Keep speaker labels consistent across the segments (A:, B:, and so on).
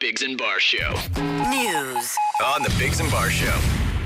A: Biggs and Bar Show.
B: News.
A: On the Biggs and Bar Show.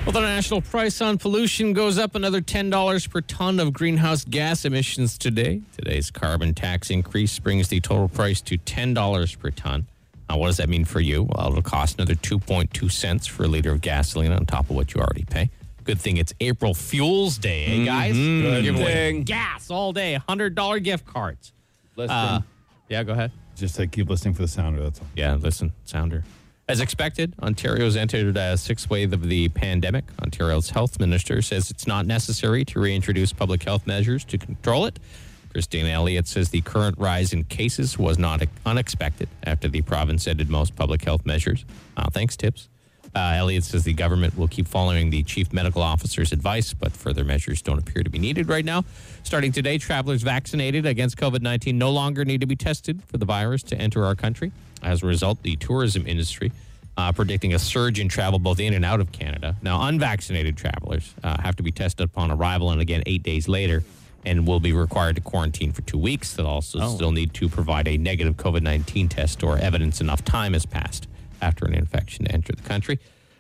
C: Well, the national price on pollution goes up another $10 per ton of greenhouse gas emissions today. Today's carbon tax increase brings the total price to $10 per ton. Now, what does that mean for you? Well, it'll cost another 2.2 cents for a liter of gasoline on top of what you already pay. Good thing it's April Fuels Day, eh, guys? Good
D: Mm-hmm. thing.
C: Gas all day, $100 gift cards. Uh,
D: Listen,
C: Yeah, go ahead.
D: just like keep listening for the sounder. That's all.
C: Yeah, listen, sounder. As expected, Ontario's entered a sixth wave of the pandemic. Ontario's health minister says it's not necessary to reintroduce public health measures to control it. Christine Elliott says the current rise in cases was not unexpected after the province ended most public health measures. Uh, thanks, tips. Uh, Elliott says the government will keep following the chief medical officer's advice, but further measures don't appear to be needed right now. Starting today, travelers vaccinated against COVID 19 no longer need to be tested for the virus to enter our country. As a result, the tourism industry uh, predicting a surge in travel both in and out of Canada. Now, unvaccinated travelers uh, have to be tested upon arrival and again eight days later and will be required to quarantine for two weeks. They'll also still need to provide a negative COVID 19 test or evidence enough time has passed after an infection to enter the country.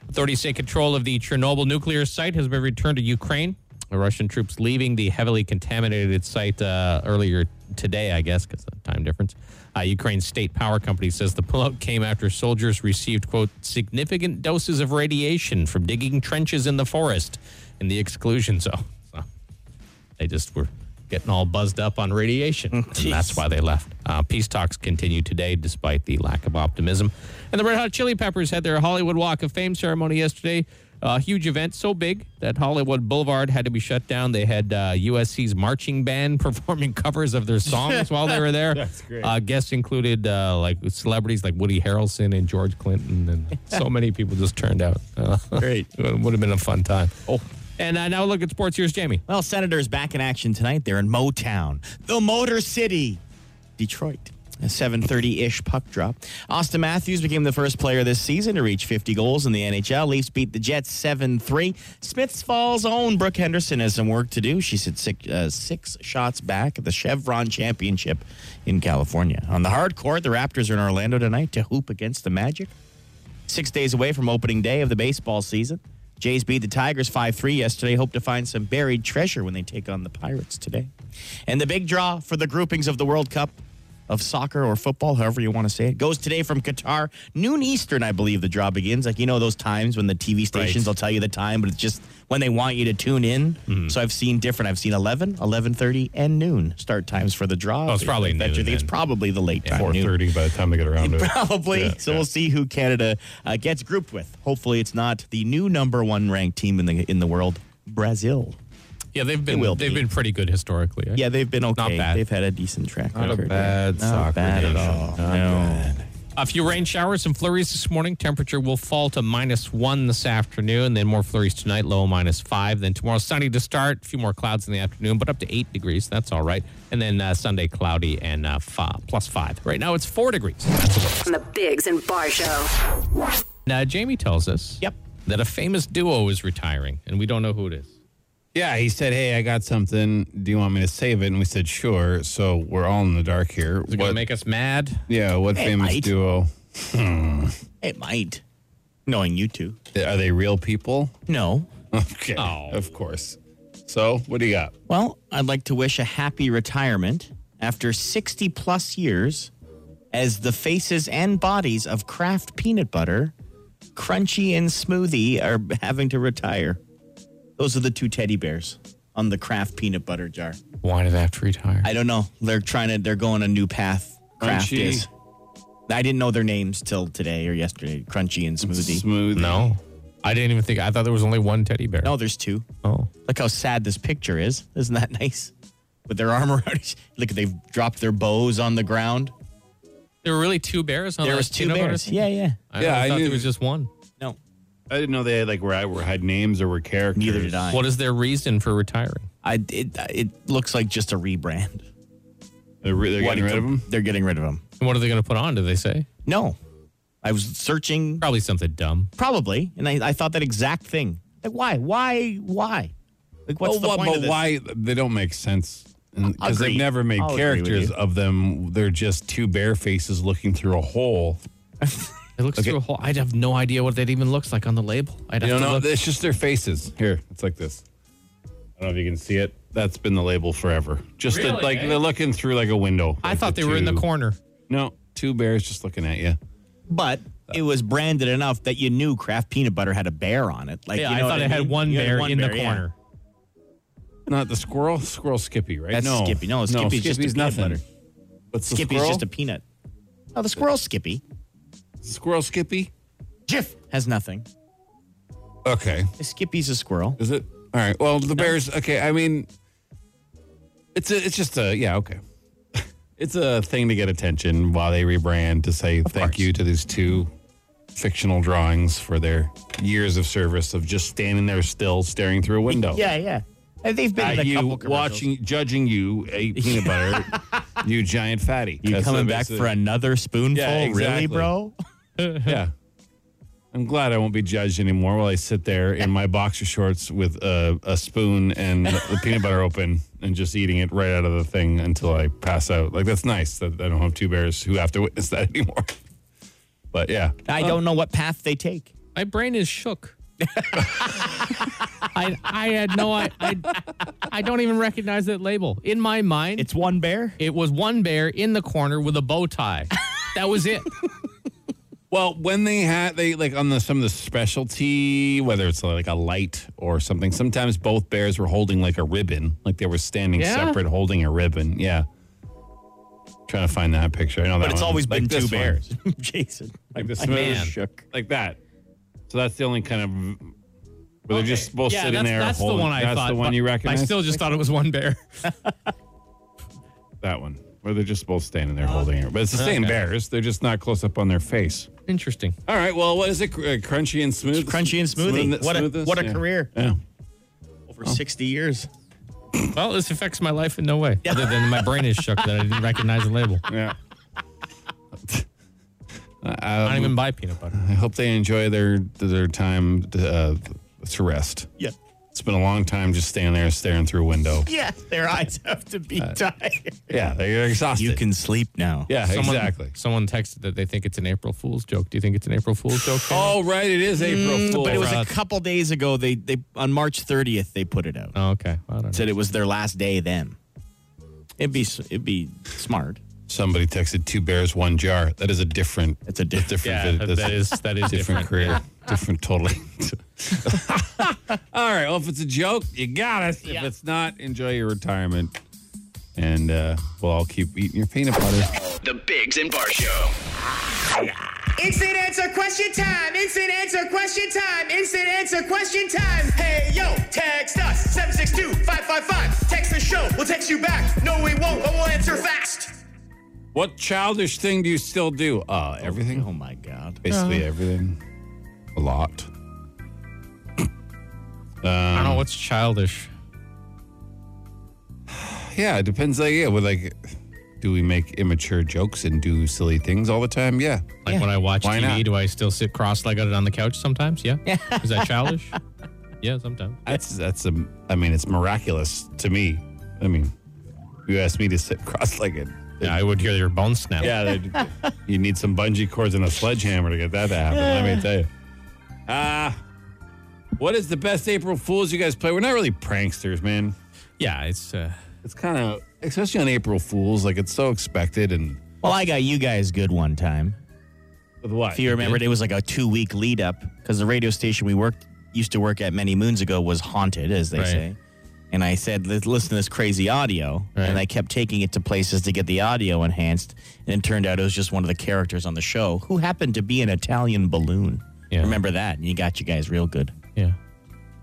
C: Authorities say control of the Chernobyl nuclear site has been returned to Ukraine. The Russian troops leaving the heavily contaminated site uh, earlier today, I guess, because of the time difference. Uh, Ukraine's state power company says the pullout came after soldiers received, quote, significant doses of radiation from digging trenches in the forest in the exclusion zone. So they just were getting all buzzed up on radiation. and that's why they left. Uh, peace talks continue today despite the lack of optimism. And the Red Hot Chili Peppers had their Hollywood Walk of Fame ceremony yesterday. A huge event, so big that Hollywood Boulevard had to be shut down. They had uh, USC's marching band performing covers of their songs while they were there. That's
D: great.
C: Uh, guests included uh, like celebrities like Woody Harrelson and George Clinton, and so many people just turned out. Uh,
E: Great.
C: it would have been a fun time. Oh, and uh, now look at sports. Here's Jamie.
E: Well, Senators back in action tonight. They're in Motown, the Motor City, Detroit. A 7:30-ish puck drop. Austin Matthews became the first player this season to reach 50 goals in the NHL. Leafs beat the Jets 7-3. Smiths Falls own Brooke Henderson has some work to do. She's at six, uh, six shots back at the Chevron Championship in California. On the hard court, the Raptors are in Orlando tonight to hoop against the Magic six days away from opening day of the baseball season. Jays beat the Tigers 5 3 yesterday. Hope to find some buried treasure when they take on the Pirates today. And the big draw for the groupings of the World Cup of soccer or football, however you want to say it, goes today from Qatar. Noon Eastern, I believe the draw begins. Like, you know, those times when the TV stations will tell you the time, but it's just when they want you to tune in.
C: Mm-hmm.
E: So I've seen different. I've seen 11, 11.30, and noon start times for the draw.
C: Oh, it's probably
E: That's-
C: noon
E: It's
C: then.
E: probably the late time.
D: Four
E: noon.
D: thirty by the time they get around to it.
E: Probably.
D: Yeah,
E: so
D: yeah.
E: we'll see who Canada uh, gets grouped with. Hopefully, it's not the new number one ranked team in the in the world, Brazil.
C: Yeah, they've been
E: will
C: they've
E: be.
C: been pretty good historically. eh?
E: Yeah, they've been okay.
C: bad.
E: They've had a decent track
D: Not a
E: record.
D: bad
E: Not
D: soccer
E: bad at
D: nation.
E: all.
D: Not
E: no.
C: A few Uh, rain showers and flurries this morning. Temperature will fall to minus one this afternoon. Then more flurries tonight, low minus five. Then tomorrow, sunny to start. A few more clouds in the afternoon, but up to eight degrees. That's all right. And then uh, Sunday, cloudy and uh, fi- plus five. Right now, it's four degrees.
B: On the Bigs and Bar Show.
C: Now, Jamie tells us
E: Yep.
C: that a famous duo is retiring, and we don't know who it is.
D: Yeah, he said, "Hey, I got something. Do you want me to save it?" And we said, "Sure." So we're all in the dark here.
C: Is it going to make us mad?
D: yeah, what
E: Hey,
D: famous
E: mate.
D: duo?
E: It might. Knowing you two.
D: Are they real people?
E: No.
D: Okay,
C: Oh.
D: of course. So what do you got?
E: Well, I'd like to wish a happy retirement after 60 plus years as the faces and bodies of Kraft Peanut Butter, Crunchy and Smoothie are having to retire. Those are the two teddy bears on the Kraft Peanut Butter jar.
C: Why did I have to retire?
E: I don't know. They're trying to, they're going a new path. Kraft
D: Crunchy.
E: is. I didn't know their names till today or yesterday. Crunchy and Smoothie.
D: Smooth.
C: no. I didn't even think. I thought there was only one teddy bear.
E: No, there's two.
C: Oh.
E: Look how sad this picture is. Isn't that nice? With their arm around each. Look, they've dropped their bows on the ground.
C: There were really two bears on
E: There
C: that
E: was two
C: peanut butter
E: bears.
C: thing?
E: Yeah, yeah.
C: I
D: Yeah,
C: yeah,
D: I
C: I thought
D: knew-
C: there was just one.
E: No,
D: I didn't know they had like where I were had names or were characters.
E: neither did I.
C: What is their reason for retiring?
E: I it, it looks like just a rebrand.
D: They're, re- they're getting
E: What-
D: rid of them.
E: They're getting rid of them.
C: And what are they going to put on? Do they say
E: No, I was searching
C: probably something dumb?
E: probably, and I, I thought that exact thing. Like, why, why, why? Like, what's
D: Well,
E: the
D: what-
E: point
D: but
E: of this?
D: why they don't make sense because
E: Oh, Agreed.
D: they've never made
E: I'll agree with
D: characters
E: you.
D: of them. They're just two bare faces looking through a hole.
C: It looks through a hole. I'd have no idea what that even looks like on the label. I'd
D: You
C: have
D: don't
C: to
D: know.
C: look.
D: It's just their faces. Here, it's like this. I don't know if you can see it. That's been the label forever. Just the-
C: Really,
D: like
C: eh?
D: they're looking through like a window.
C: I
D: Like
C: thought they were in the
D: two-
C: corner.
D: No, two bears just looking at you.
E: but it was branded enough that you knew Kraft peanut butter had a bear on it. Like
C: Yeah,
E: you
C: I
E: know
C: thought
E: what
C: it had
E: mean?
C: one
E: You had
C: bear
E: one
C: in the
E: yeah.
C: corner.
D: Not the squirrel. Squirrel Skippy, right?
E: That's
D: no,
E: Skippy. No, Skippy's just a peanut butter.
D: But the
E: Skippy's
D: squirrel,
E: just a peanut. Oh, the squirrel Skippy.
D: squirrel Skippy.
E: Jiff has nothing.
D: Okay,
E: Skippy's a squirrel.
D: is it all right? Well, the bears. Okay, I mean, it's a, it's just a yeah. Okay, it's a thing to get attention while they rebrand to say thank
E: course.
D: you to these two fictional drawings for their years of service of just standing there still staring through a window.
E: Yeah, yeah. And They've been
D: At
E: in a
D: you
E: couple commercials.
D: watching, judging you a peanut butter, you giant fatty.
E: You
D: That's
E: coming
D: what
E: back
D: this is.
E: for another spoonful?
D: Yeah,
E: Really,
D: exactly.
E: bro?
D: Yeah. I'm glad I won't be judged anymore while I sit there in my boxer shorts with a, a spoon and the peanut butter open and just eating it right out of the thing until I pass out. Like, that's nice that I don't have two bears who have to witness that anymore. But yeah.
E: I don't know what path they take.
C: My brain is shook. I I had no I, I I don't even recognize that label. In my mind,
E: It's one bear.
C: it was one bear in the corner with a bow tie. That was it.
D: Well, when they had they like on the some of the specialty, whether it's like a light or something, sometimes both bears were holding like a ribbon, like they were standing
C: Yeah?
D: separate holding a ribbon. Yeah. Trying to find that picture. I know that,
E: But it's
D: one.
E: always
D: Uh, Like
E: been two
D: this one.
E: bears. Jason.
D: Like this
E: man
D: man.
E: shook.
D: like that. So that's the only kind of where they're just both
C: yeah,
D: sitting
C: that's,
D: there.
C: That's
D: holding-
C: the one I
D: that's
C: thought.
D: the one
C: but
D: you recognize.
C: I still just thought it was one bear.
D: that one where they're just both standing there holding it. But it's the same
C: Okay.
D: bears. They're just not close up on their face.
C: Interesting.
D: All right. Well, what is it? Cr- uh, Crunchy and smooth.
E: Crunchy and smoothie.
D: Smooth-
E: what a
D: smoothness?
E: what a
D: Yeah.
E: career.
D: Yeah.
E: Over 60 years.
C: Well, this affects my life in no way, other than my brain is shook that I didn't recognize the label.
D: Yeah. Uh,
C: I
D: um,
C: don't even buy peanut butter.
D: I hope they enjoy their their time uh, to rest.
E: Yeah.
D: It's been a long time just standing there staring through a window.
E: Yeah, their eyes have to be tired.
D: Yeah, they're exhausted.
E: You can sleep now.
D: Uh, yeah,
C: Someone-
D: exactly.
C: Someone texted that they think it's an April Fool's joke. Do you think it's an April Fool's joke? Taylor?
D: Oh, right, it is April Fool's.
E: Mm, But it was a
C: Right.
E: couple days ago. They they on March 30th they put it out.
C: Oh, okay. Well, I don't know.
E: Said it was their last day then. It'd be s- it'd be smart.
D: Somebody texted two bears, one jar. That is a different.
E: It's a diff-
D: different.
C: Yeah,
D: vid-
C: that-
D: that's
C: that
D: a
C: is that is
D: different
C: different.
D: career. Different, totally. All right. Well, if it's a joke, you got it. If it's not, enjoy your retirement, and uh, we'll all keep eating your peanut butter.
A: The Bigs and Bar Show.
F: Instant answer question time. Instant answer question time. Instant answer question time. Hey, yo, text us 762 555. Text the show. We'll text you back. No, we won't, but we'll answer fast.
D: What childish thing do you still do? Uh, everything.
E: Oh my god.
D: Basically everything. A lot. Uh,
C: I don't know what's childish.
D: Yeah, it depends. Like, yeah, with like, do we make immature jokes and do silly things all the time? Yeah.
C: Like when I watch
D: Why
C: TV,
D: not?
C: do I still sit cross-legged on the couch sometimes? Yeah. Is that childish? yeah, sometimes.
D: That's that's a. I mean, it's miraculous to me. I mean, you asked me to sit cross-legged.
C: Yeah, I would hear your bones snap.
D: Yeah, they'd- you need some bungee cords and a sledgehammer to get that to happen. Let me tell you. Ah, what is the best April Fools you guys play? We're not really pranksters, man.
C: Yeah, it's uh,
D: It's kind of especially on April Fools, like it's so expected. And
E: Well, I got you guys good one time.
D: with what?
E: If you remember, it was like a two week lead up because the radio station we worked used to work at many moons ago was haunted, as they
C: Right.
E: say. And I said, "Let's listen to this crazy audio," and I kept taking it to places to get the audio enhanced. And it turned out it was just one of the characters on the show who happened to be an Italian balloon.
C: Yeah.
E: Remember that? And you got you guys real good.
C: yeah.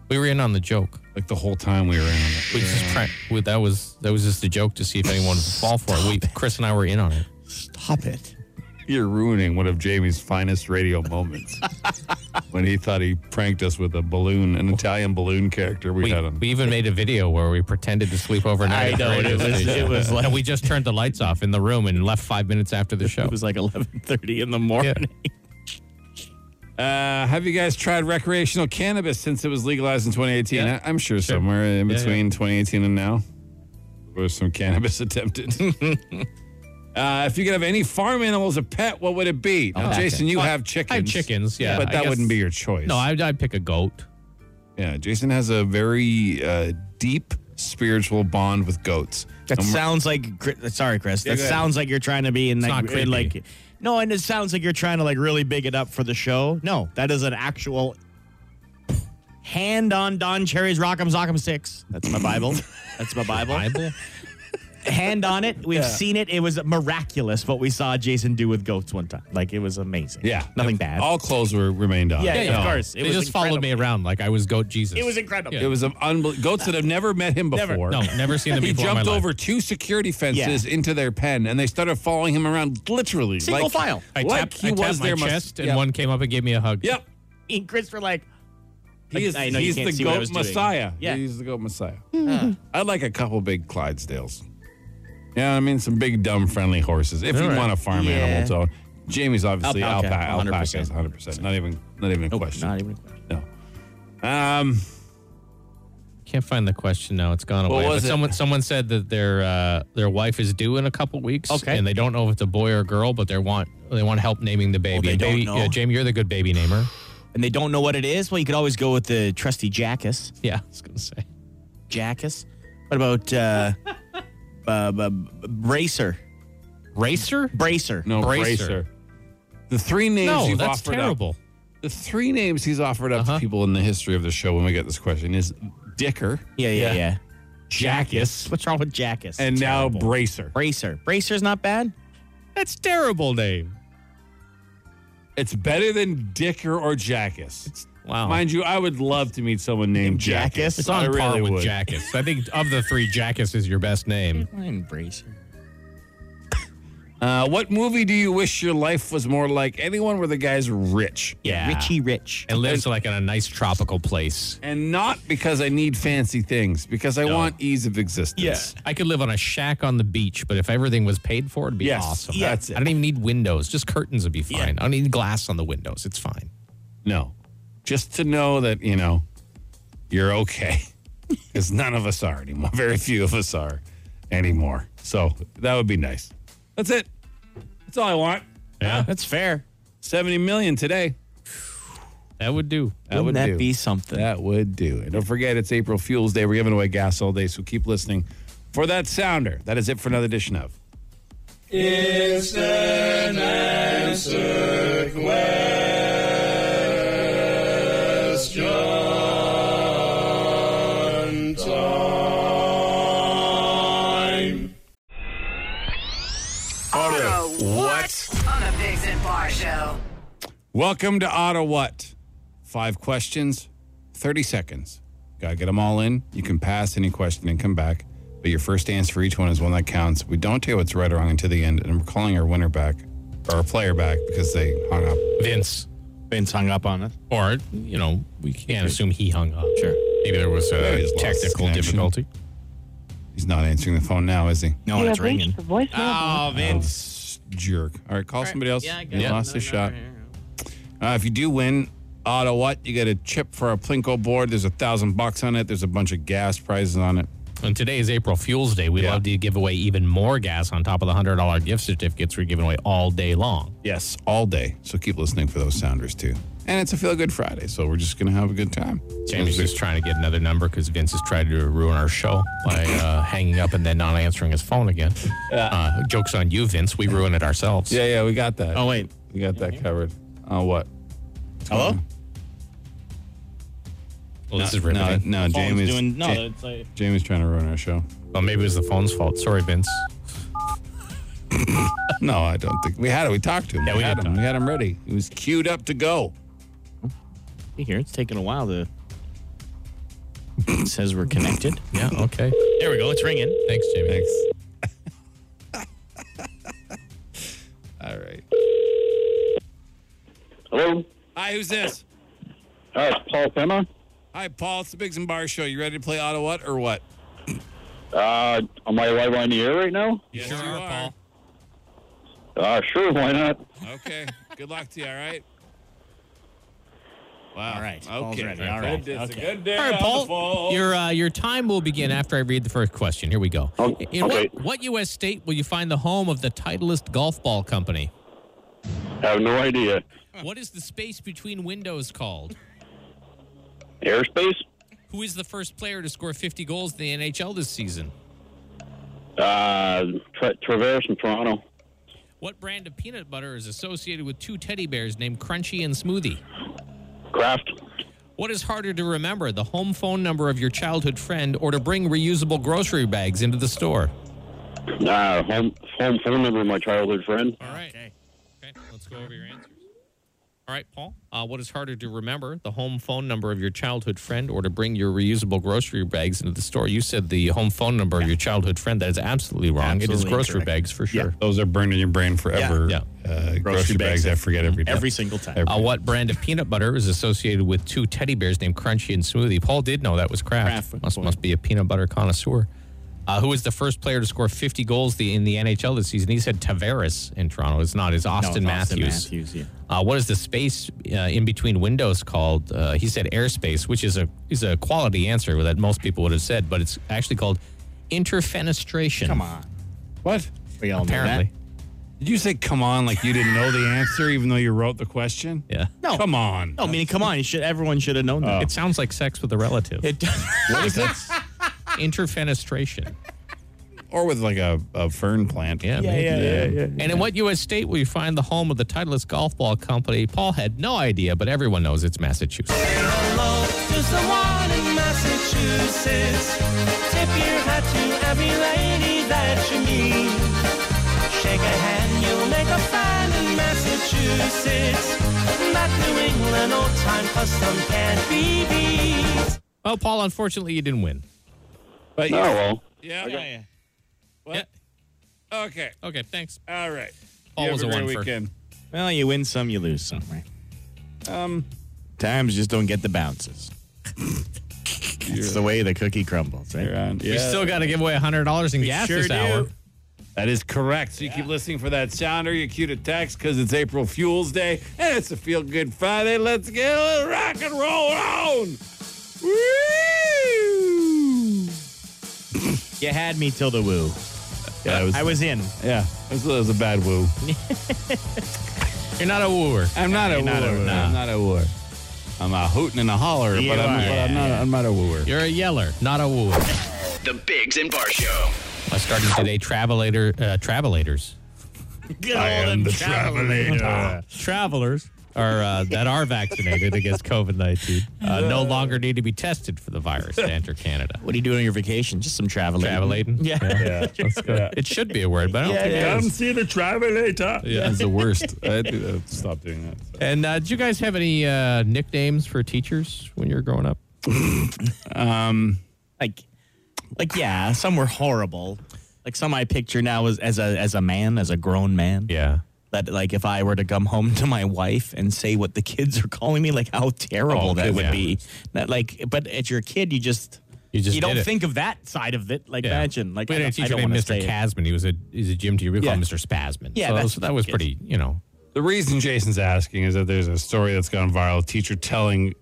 C: We were in on the joke.
D: Like the whole time we were in. On it.
C: We just prank. we- that was that was just a joke to see if anyone would fall for it. We, Chris and I were in on it.
E: Stop it.
D: You're ruining one of Jamie's finest radio moments when he thought he pranked us with a balloon, an Italian balloon character we,
C: We,
D: had on.
C: we even made a video where we pretended to sleep overnight.
E: I
C: at the
E: know,
C: radio
E: it was- it
C: station.
E: was like-
C: and we just turned the lights off in the room and left five minutes after the show.
E: It was like eleven thirty in the morning.
D: Uh, have you guys tried recreational cannabis since it was legalized in 2018?
C: Yeah.
D: I, am sure, somewhere in
C: Yeah,
D: between 2018 and now, there was some cannabis attempted. Uh, if you could have any farm animal as a pet, what would it be? Now,
C: okay.
D: Jason, you
C: Well,
D: have chickens.
C: Oh, I have chickens, yeah,
D: But
C: I
D: that
C: guess-
D: wouldn't be your choice.
C: No, I, I'd pick a goat.
D: yeah, Jason has a very uh, deep spiritual bond with goats.
E: That
D: And we're-
E: sounds like cri- sorry, Chris.
D: Yeah,
E: That
D: go ahead.
E: sounds like you're trying to be in like,
C: not
E: in,
C: creepy.
E: like no, and it sounds like you're trying to like really big it up for the show. No, that is an actual hand on Don Cherry's Rock'em Sock'em Six. That's my Bible. That's my Bible.
C: Bible.
E: Hand on it. We've seen it. It was miraculous what we saw Jason do with goats one time. Like it was amazing.
D: Yeah.
E: nothing
D: And
E: bad.
D: All clothes were remained on.
E: Yeah, yeah,
D: No.
E: of course. It
C: they
E: was
C: just followed me
E: incredible.
C: around like I was goat Jesus.
E: It was incredible.
D: It was an unbel- goats that have never met him
E: Never.
D: before.
C: No, never seen them
D: He
C: before. in my
D: jumped
C: life.
D: over two security fences into their pen, and they started following him around literally.
E: Single
D: like,
E: file.
C: I
D: like
C: tapped,
D: he
C: I
D: was
C: tapped my
D: their mus-
C: chest, and
D: yeah.
C: one came up and gave me a hug.
D: Yep.
E: Me and Chris were like,
D: He is,
E: I know you
D: he's
E: can't
D: the
E: see what I
D: goat
E: was doing.
D: messiah.
E: Yeah. Hmm.
D: He's the goat messiah. I'd like a couple big Clydesdales. Yeah, I mean, some big, dumb, friendly horses. If you
C: All right.
D: want a farm
E: Yeah.
D: animal, so Jamie's obviously alpaca.
E: Alpaca,
D: Alpaca,
E: 100%.
D: 100%. Not even, not even a question.
E: not e- even a question.
D: no. Um,
C: Can't find the question now. It's gone away.
D: What was
C: but
D: it?
C: someone someone said that their uh, their wife is due in a couple weeks.
E: Okay.
C: And they don't know if it's a boy or a girl, but they want they want help naming the baby.
E: they
C: And
E: don't
C: baby-
E: know.
C: Yeah, Jamie, you're the good baby namer.
E: And they don't know what it is. Well, you could always go with the trusty Jackus.
C: Yeah, I was gonna say.
E: Jackus. What about uh, uh, b- b- Bracer?
C: Racer?
E: Bracer.
D: no,
C: Bracer.
D: bracer. The three names
C: No,
D: you've
C: that's
D: offered
C: terrible.
D: up. The three names he's offered up
C: Uh-huh.
D: to people in the history of the show when we get this question is Dicker,
E: Yeah, yeah, yeah.
D: Jackus,
E: What's wrong with Jackus?
D: and now
E: Terrible.
D: Bracer.
E: Bracer. Bracer's not bad.
C: That's terrible name.
D: It's better than Dicker or Jackus.
C: Wow.
D: Mind you, I would love to meet someone named
E: Jackus.
D: Jackus.
C: it's on
D: I
C: par
D: really
C: with
D: would.
C: Jackus. I think of the three, Jackus is your best name.
E: Mine Bracer.
D: Uh, what movie do you wish your life was more like? Anyone where the guy's rich.
C: Yeah.
E: Richie Rich.
C: And lives like in a nice tropical place.
D: And not because I need fancy things, because I want ease of existence.
C: I could live on a shack on the beach, but if everything was paid for, it'd be
D: Yes,
C: awesome.
D: yeah. that's it.
C: I don't even need windows. Just curtains would be fine. I don't need glass on the windows. It's fine.
D: No. Just to know that, you know, you're okay. Because none of us are anymore. Very few of us are anymore. So that would be nice. That's it. That's all I want.
C: Yeah.
E: That's fair.
D: 70 million today.
C: That would do.
D: That would
E: Wouldn't that
D: do.
E: be something?
D: That would do. And don't forget, it's April Fool's Day. We're giving away gas all day, so keep listening for that sounder. That is it for another edition of.
B: Auto what? On the Bigs and Bar Show.
D: Welcome to Auto What. Five questions, 30 seconds. Got to get them all in. You can pass any question and come back, but your first answer for each one is one that counts. We don't tell you what's right or wrong until the end, and we're calling our winner back, or our player back, because they hung up.
C: Vince.
E: Vince hung up on us.
C: Or, you know, we can't assume he hung up. Sure. Maybe there was
D: Maybe
C: a
D: he's lost
C: technical
D: connection.
C: difficulty.
D: He's not answering the phone now, is he?
E: No, it's ringing.
C: Oh, Vince.
D: jerk. All right, call somebody else.
E: Yeah, I got
D: you
E: it.
D: lost the shot. Uh, if you do win, auto what? You get a chip for a Plinko board. There's a thousand bucks on it. There's a bunch of gas prizes on it.
C: And today is April Fool's Day. We
D: Yeah.
C: love to give away even more gas on top of the $100 gift certificates we're giving away all day long.
D: Yes, all day. So keep listening for those sounders too. And it's a feel good Friday, so we're just gonna have a good time.
C: Jamie's just trying to get another number because Vince is trying to ruin our show by uh, hanging up and then not answering his phone again. Uh, joke's on you, Vince. We ruin it ourselves.
D: Yeah, yeah, we got that.
E: Oh, wait.
D: we got that covered. Oh, what?
E: Hello?
C: Well, this is
D: No,
C: riveting.
D: no, Jamie's
E: doing, no,
D: Ja-
E: it's like,
D: Jamie's trying to ruin our show.
C: Well, maybe it was the phone's fault. Sorry, Vince.
D: No, I don't think we had it. We talked to him.
C: Yeah, we
D: had
C: did
D: him. We had him ready. He was queued up to go.
E: here, it's taking a while to. It says we're connected.
C: Yeah, okay.
E: There we go. It's ringing.
C: Thanks, Jamie.
D: Thanks. All right.
G: Hello.
D: Hi, who's this?
G: Hi, it's Paul Pema.
D: Hi, Paul. It's the Biggs and Bar Show. You ready to play Auto What or what?
G: Uh, am I live on the air right now?
D: Yes,
C: sure are, Paul.
G: Uh, sure, why not?
D: Okay. Good luck to you, all right? Wow.
E: All right. Paul's
D: Okay.
E: ready. All right.
D: Good, it's
E: Okay.
D: a good day
C: All right,
D: on the
C: Paul,
D: phone.
C: your uh, your time will begin after I read the first question. Here we go.
G: Oh,
C: In
G: okay.
C: what, what U.S. state will you find the home of the Titleist Golf Ball Company?
G: Have no idea.
C: What is the space between windows called?
G: Airspace?
C: Who is the first player to score 50 goals in the NHL this season?
G: Uh, tra- Traverse in Toronto.
C: What brand of peanut butter is associated with two teddy bears named Crunchy and Smoothie?
G: Craft.
C: What is harder to remember, the home phone number of your childhood friend or to bring reusable grocery bags into the store?
G: Uh, home, home phone number of my childhood friend. Oh,
C: All right. Okay. let's go over your answers. All right, Paul. Uh, what is harder to remember, the home phone number of your childhood friend or to bring your reusable grocery bags into the store? You said the home phone number of your childhood friend. That is absolutely wrong. it is
E: Absolutely
C: grocery
E: incorrect.
C: bags for sure.
D: Those are burned in your brain forever.
C: Yeah.
D: Uh, grocery, bags, I forget every day.
E: Every single time.
D: Every-
C: Uh, what brand of peanut butter is associated with two teddy bears named Crunchy and Smoothie? Paul did know that was Kraft.
E: Kraft.
C: Must, must be a peanut butter connoisseur. Uh, who was the first player to score 50 goals the, in the NHL this season? He said Tavares in Toronto. It's not. It's
E: No, it's
C: Austin Matthews.
E: Matthews, yeah.
C: Uh, what is the space uh, in between windows called? Uh, he said airspace, which is a is a quality answer that most people would have said, but it's actually called interfenestration.
E: Come on.
D: What?
E: We all
C: Apparently.
D: Did you say come on like you didn't know the answer even though you wrote the question?
C: Yeah.
E: No.
D: Come on.
E: No, I mean, come on. Oh. You should, everyone should have known that.
C: It sounds like sex with a relative.
E: It does.
D: What is that?
C: interfenestration.
D: or with like a, a fern plant.
C: Yeah, maybe. And in what U.S. state will you find the home of the Titleist Golf Ball Company? Paul had no idea, but everyone knows it's Massachusetts. Well, Paul, unfortunately, you didn't win.
D: But
G: Oh, well.
D: yeah.
E: Yeah.
D: What? Okay.
C: Okay, thanks.
D: All right.
C: Paul
D: You
C: was
D: have
C: a
D: a great
C: one for-
D: weekend.
E: Well, you win some, you lose some, right?
D: Um,
E: Times just don't get the bounces. It's the way the cookie crumbles, right?
D: you're on.
C: We
D: Yeah.
C: still got to give away $100 in gas
D: sure
C: this
D: do.
C: hour.
D: That is correct. So you keep listening for that sounder. You cue to text because it's April Fool's Day and it's a feel good Friday. Let's get a rock and roll on. Woo!
E: You had me till the woo.
D: Yeah, it was,
E: I was in.
D: yeah, it was, it was a bad woo.
C: You're not a wooer.
D: I'm not a wooer.
E: not a wooer.
D: I'm not a wooer. I'm a hootin' and a holler,
E: You
D: but, I'm,
E: are.
D: but I'm, not, I'm not a wooer.
C: You're a yeller, not a wooer.
A: The Bigs and Bar Show.
C: I started today, travelator, uh, travelators.
D: I am the traveler.
C: Travelers are uh, that are vaccinated against COVID 19 uh, no longer need to be tested for the virus to enter Canada.
E: What are you doing on your vacation? Just some traveling.
C: Travelating?
E: Yeah.
C: It should be a word, but I don't think it is.
D: Come see the travelator. Yeah, it's the worst. I do that. Stop doing that. So.
C: And uh, did you guys have any uh, nicknames for teachers when you were growing up?
E: Like, like yeah, some were horrible. Like some I picture now as, as a as a man, as a grown man.
C: Yeah.
E: That like if I were to come home to my wife and say what the kids are calling me, like how terrible
C: Oh,
E: that would
C: yeah.
E: be. That like, but as your kid, you just
C: You just
E: don't
C: did it.
E: think of that side of it. Like
C: Yeah.
E: imagine, like
C: we had
E: I
C: a
E: don't, I
C: teacher
E: don't
C: named
E: wanna
C: Mr.
E: say it.
C: Casman. He was a he's a gym teacher. We called him
E: Yeah.
C: Mr. Spasman.
E: Yeah,
C: so that
E: that's
C: was,
E: what
C: that
E: that
C: was
E: is.
C: pretty. You know,
D: The reason Jason's asking is that there's a story that's gone viral. A teacher telling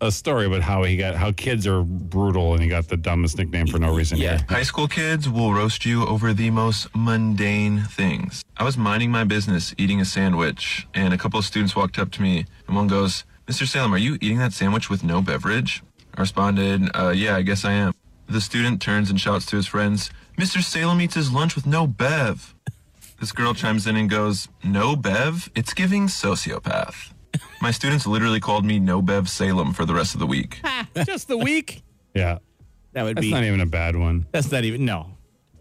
D: a story about how he got how kids are brutal and he got the dumbest nickname for no reason.
C: Yeah.
D: here.
H: High school kids will roast you over the most mundane things. I was minding my business eating a sandwich, and a couple of students walked up to me, and one goes, Mr. Salem, are you eating that sandwich with no beverage? I responded, uh, Yeah, I guess I am. The student turns and shouts to his friends, Mr. Salem eats his lunch with no bev. This girl chimes in and goes, No bev? It's giving sociopath. My students literally called me No Bev Salem for the rest of the week.
E: just the week.
D: yeah,
E: That would
D: that's
E: be.
D: not even a bad one.
E: that's not even no.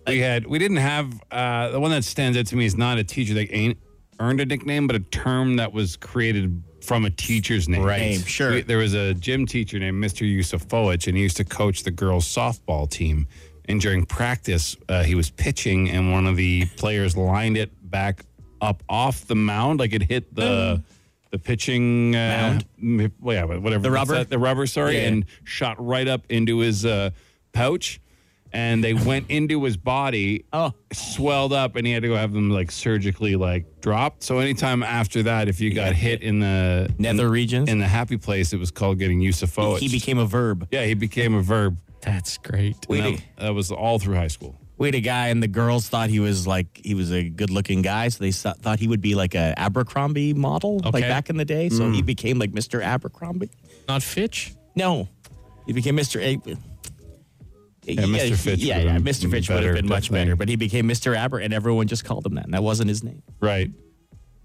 D: We had we didn't have uh, the one that stands out to me is not a teacher that ain't earned a nickname, but a term that was created from a teacher's name.
E: Right. Name, sure.
D: We- there was a gym teacher named Mr. Yusufowicz, and he used to coach the girls' softball team. And during practice, uh, he was pitching, and one of the players lined it back up off the mound, like it hit
E: Mm.
D: the. The pitching uh, mound, yeah, whatever
E: The
D: what's
E: rubber?
D: that? the rubber, sorry,
E: Yeah.
D: and shot right up into his uh, pouch and they went into his body,
E: Oh.
D: swelled up, and he had to go have them like surgically like dropped. So anytime after that, if you got hit in the
E: Nether
D: in,
E: regions?
D: in the happy place, it was called getting usophoic.
E: he became a verb.
D: yeah, he became a verb.
C: That's great.
E: We
D: And
E: had,
D: that,
E: a,
D: that was all through high school.
E: we had a guy, and the girls thought he was like he was a good-looking guy, so they so- thought he would be like a Abercrombie model, like
C: Okay. Mm.
E: back in the day. So he became like Mr. Abercrombie.
C: Not Fitch.
E: No, he became Mr. A- yeah,
D: Mr. Fitch
E: Yeah,
D: would've
E: yeah,
D: been
E: Mr. Fitch would
D: better,
E: have been much
D: definitely.
E: better, but he became Mr. Aber, and everyone just called him that, and that wasn't his name.
D: Right.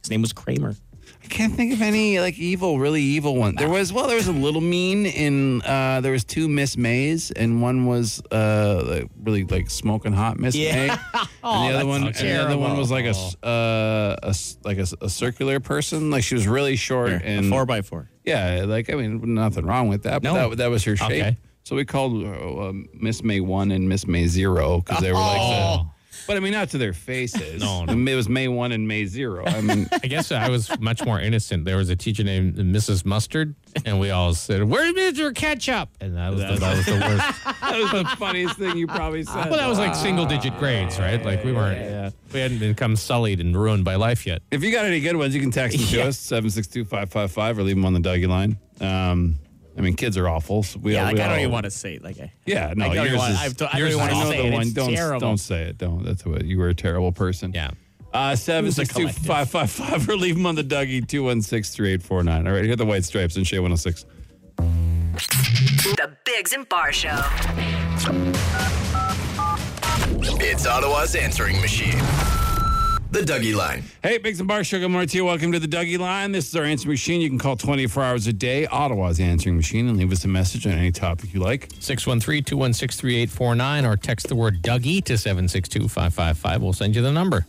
E: His name was Kramer.
D: I can't think of any like evil, really evil one. There was well, there was a little mean in uh there was two Miss Mays and one was uh like, really like smoking hot Miss
E: Yeah.
D: May. and the other one, and the other one was like a s- uh, a s- like a, s- a circular person. Like she was really short
E: A
D: and
E: four by four.
D: yeah, like I mean nothing wrong with that. But
C: No.
D: that, that was her shape.
C: Okay.
D: So we called uh, uh, Miss May one and Miss May zero because they were like. the- but I mean, not to their faces.
C: Oh. No, no.
D: it was May one and May zero. I mean,
C: I guess I was much more innocent. There was a teacher named Mrs. Mustard, and we all said, "Where's Mr. Ketchup?" And that was, the, that was the worst.
D: that was the funniest thing you probably said.
C: Well, that was like single-digit grades, right? Like we weren't, we hadn't become sullied and ruined by life yet.
D: If you got any good ones, you can text them to us, 762 555, or leave them on the Dougie line. Um, I mean, kids are awful. so we,
E: Yeah, like
D: we
E: I don't
D: all-
E: even want to say it. Like I,
D: Yeah, no,
E: I
D: yours
E: don't even want.
D: is-
E: I've to, I don't
D: yours
E: even want
D: is- I
E: to
D: know
E: say
D: the
E: it.
D: one.
E: It's
D: don't,
E: terrible.
D: don't say it. Don't. That's what you were a terrible person.
C: Yeah.
D: Uh, 762 555, or leave them on the Dougie 216 3849. All right, here are the White Stripes and oh Shea 106.
B: The Bigs and Bar Show.
A: It's Ottawa's answering machine. The Dougie Line.
D: Hey, Biggs and Bar Show, good morning to you. Welcome to the Dougie Line. This is our answering machine. You can call 24 hours a day, Ottawa's answering machine, and leave us a message on any topic you like.
C: 613-216-3849 or text the word Dougie to 762-555. We'll send you the number.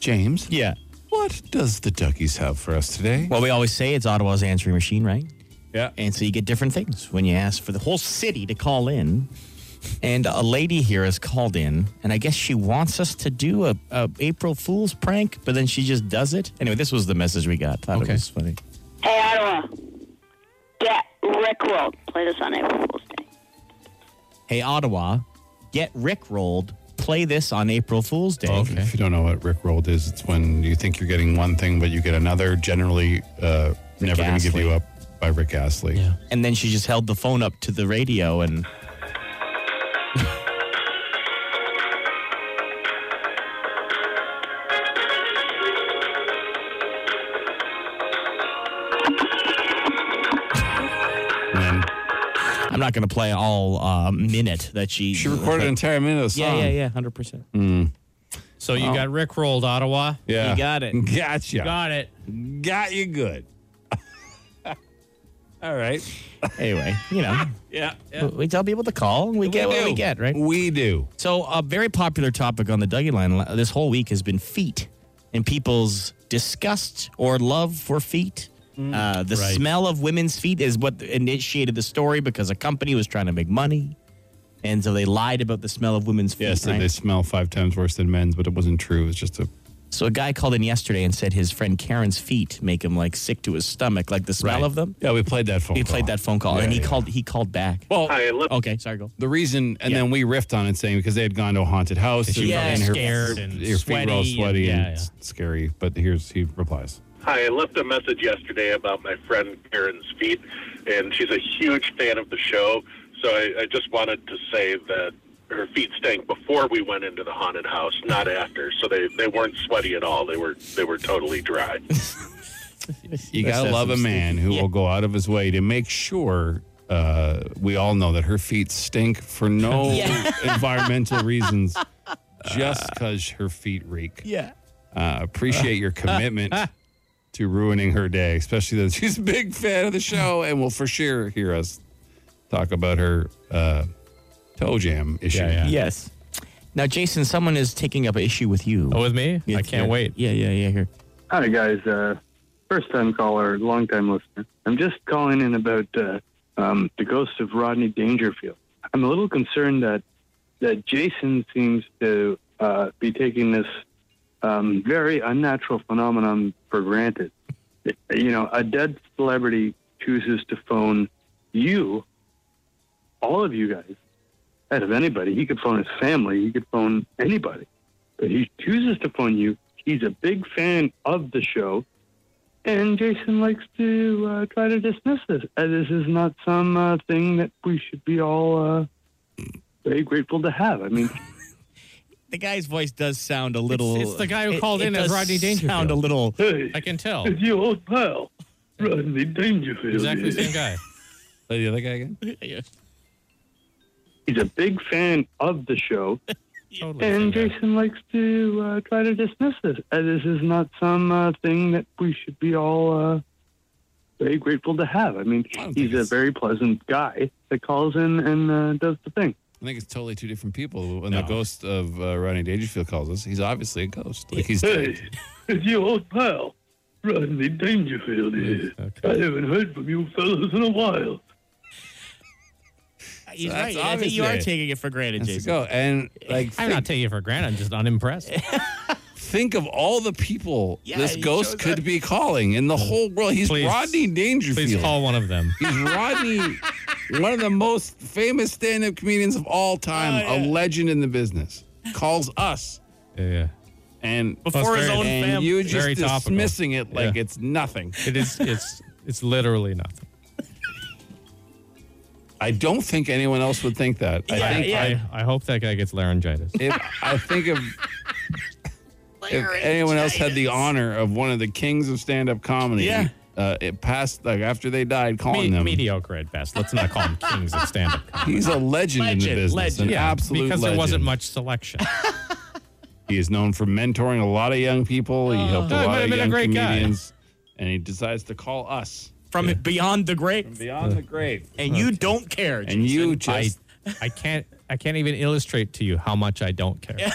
D: James,
E: Yeah.
D: what does the Dougies have for us today?
E: Well, we always say it's Ottawa's answering machine, right?
D: Yeah.
E: And so you get different things when you ask for the whole city to call in. And a lady here has called in, and I guess she wants us to do a, a April Fool's prank, but then she just does it. Anyway, this was the message we got. Thought
C: Okay.
E: it was funny.
I: Hey, Ottawa. Get Rickrolled. Play this on April Fool's Day.
E: Hey, Ottawa, get Rickrolled. Play this on April Fool's Day.
D: If you don't know what rickrolled is, it's when you think you're getting one thing, but you get another. Generally, uh, never going to give
E: Astley.
D: you up by Rick Astley.
C: Yeah.
E: And then she just held the phone up to the radio and.
D: And then
E: I'm not going to play all uh, minute that she.
D: she recorded an entire minute of the
E: Yeah,
D: song. Hmm.
E: yeah, yeah, hundred percent.
C: So you got Rickrolled, Ottawa.
D: Yeah.
E: You got it.
D: Gotcha. Got,
C: Got it.
D: you good. All right.
E: Anyway, you know,
D: Yeah.
E: we- we tell people to call and we, get what
D: do.
E: we get, right?
D: We do.
E: So, a very popular topic on the Dougie line la- this whole week has been feet and people's disgust or love for feet.
D: Mm.
E: uh, the
C: right.
E: smell of women's feet is what initiated the story because a company was trying to make money, and so they lied about the smell of women's feet.
D: Yes,
E: right?
D: they smell five times worse than men's, but it wasn't true. It was just a.
E: So a guy called in yesterday and said his friend Karen's feet make him like sick to his stomach, like the smell of them.
D: Yeah, we played that phone.
E: He played that phone call
D: Yeah,
E: and he
D: yeah.
E: called he called back.
D: Well,
E: okay, sorry, go.
D: the reason, and then we riffed on it saying because they had gone to a haunted house.
C: She
E: Yeah,
C: was
E: and her-
C: scared and
D: Your feet
C: sweaty.
D: were all sweaty and,
C: yeah, yeah.
D: s- scary. But here's he replies.
J: Hi, I left a message yesterday about my friend Karen's feet, and she's a huge fan of the show. So I, I just wanted to say that her feet stank before we went into the haunted house, not after. So they, they weren't sweaty at all. They were they were totally dry.
D: You gotta
E: That's
D: love a
E: some
D: man who will go out of his way to make sure uh, we all know that her feet stink for no environmental reasons, just because her feet reek.
E: Yeah.
D: Uh, appreciate your commitment to ruining her day, especially that she's a big fan of the show and will for sure hear us talk about her uh, toe jam issue.
C: Yeah, yeah.
E: Yes. Now, Jason, someone is taking up an issue with you.
C: Oh, with me?
E: Yeah,
C: I can't
E: here.
C: wait.
E: Yeah, yeah, yeah. Here.
K: Hi guys, uh, first time caller, long time listener. I'm just calling in about uh, um, the ghost of Rodney Dangerfield. I'm a little concerned that that Jason seems to uh, be taking this um, very unnatural phenomenon for granted. You know, a dead celebrity chooses to phone you, all of you guys, out of anybody. He could phone his family. He could phone anybody. But he chooses to phone you. He's a big fan of the show. And Jason likes to uh, try to dismiss this. Uh, this is not some uh, thing that we should be all uh, very grateful to have. I mean,
E: The guy's voice does sound a little.
C: It's, it's the guy who
E: it-
C: called
E: it
C: in as
E: does
C: Rodney Dangerfield.
E: Sound a little.
C: I can tell.
K: it's your old pal, Rodney Dangerfield.
C: Exactly the same guy.
D: Play the other guy again.
E: Yeah.
K: He's a big fan of the show. And
C: Totally. the same guy.
K: Jason likes to uh, try to dismiss this. Uh, this is not some uh, thing that we should be all uh, very grateful to have. I mean,
D: I don't think
K: he's a
D: it's-
K: very pleasant guy that calls in and uh, does the thing.
D: I think it's totally two different people. When the
E: No.
D: ghost of uh, Rodney Dangerfield calls us, he's obviously a ghost. Like he's dead.
K: it's your old pal, Rodney Dangerfield here.
C: Okay.
K: I haven't heard from you fellas in a while.
E: He's
D: That's
E: right. I think you are
D: obviously-
E: taking it for granted,
D: That's the
E: Jason.
D: go. And like,
C: I'm not taking it for granted. I'm just not impressed.
D: think of all the people
E: Yeah,
D: this
E: he
D: ghost
E: shows
D: could
E: up.
D: be calling in the whole world. He's
C: Please.
D: Rodney Dangerfield.
C: Please call one of them.
D: He's Rodney, one of the most famous stand-up comedians of all time,
E: Oh,
D: a
E: yeah.
D: legend in the business. Calls us
C: Yeah.
D: and
E: Before his
C: Very-
E: own
D: and
E: family.
D: you just
C: Very topical.
D: dismissing it like
C: Yeah.
D: it's nothing.
C: It is. It's. It's literally nothing.
D: I don't think anyone else would think that. I think
E: yeah.
C: I, I hope that guy gets laryngitis.
D: if I think of if anyone else had the honor of one of the kings of stand-up comedy,
E: Yeah.
D: uh, it passed like after they died, calling
C: Me-
D: them
C: mediocre at best. Let's not call them kings of stand-up comedy.
D: He's a legend, in
E: Legend,
D: the business,
E: legend.
D: an absolute
C: because there
D: legend.
C: wasn't much selection.
D: He is known for mentoring a lot of young people. He helped a
C: No, he might
D: lot
C: have
D: of
C: been a
D: young
C: great guy.
D: comedians, and he decides to call us
E: From beyond the grave.
D: beyond the grave.
E: And you don't care.
D: And you
C: I,
D: just
C: I can't. I can't even illustrate to you how much I don't care.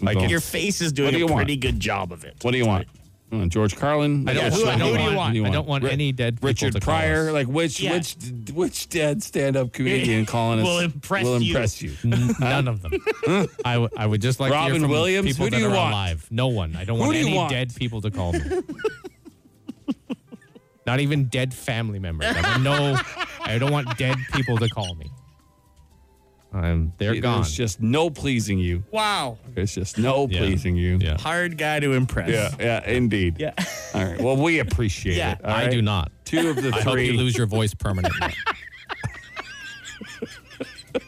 D: like
E: Jason. your face is doing
D: What do you
E: a
D: want?
E: pretty good job of it.
D: What do you want? You want George Carlin.
C: I don't.
E: who-
C: I don't
E: who do you
C: want,
E: want?
C: I don't want
D: Ri-
C: any dead people
D: Richard
C: to call
D: Pryor.
C: us.
D: Like which
E: Yeah.
D: which which dead stand up comedian calling us
E: Will impress
D: will
E: you.
D: impress you.
C: N- None of them. I, w- I would just like to
D: Robin
C: hear from
D: Williams?
C: people
D: Who do
C: that
D: you
C: are
D: want?
C: alive. No one. I don't
D: Who
C: want
D: do you
C: any
D: want?
C: dead people to call me. Not even dead family members. I want no. I don't want dead people to call me. I'm. They're gone.
D: There's just no pleasing you.
E: Wow.
D: There's just no
C: Yeah.
D: pleasing you.
C: Yeah.
E: Hard guy to impress.
D: Yeah, yeah, indeed.
E: Yeah.
D: All right. Well, we appreciate
E: Yeah.
D: it. all
C: I
D: right?
C: do not.
D: Two of the
C: I hope
D: three.
C: you lose your voice permanently.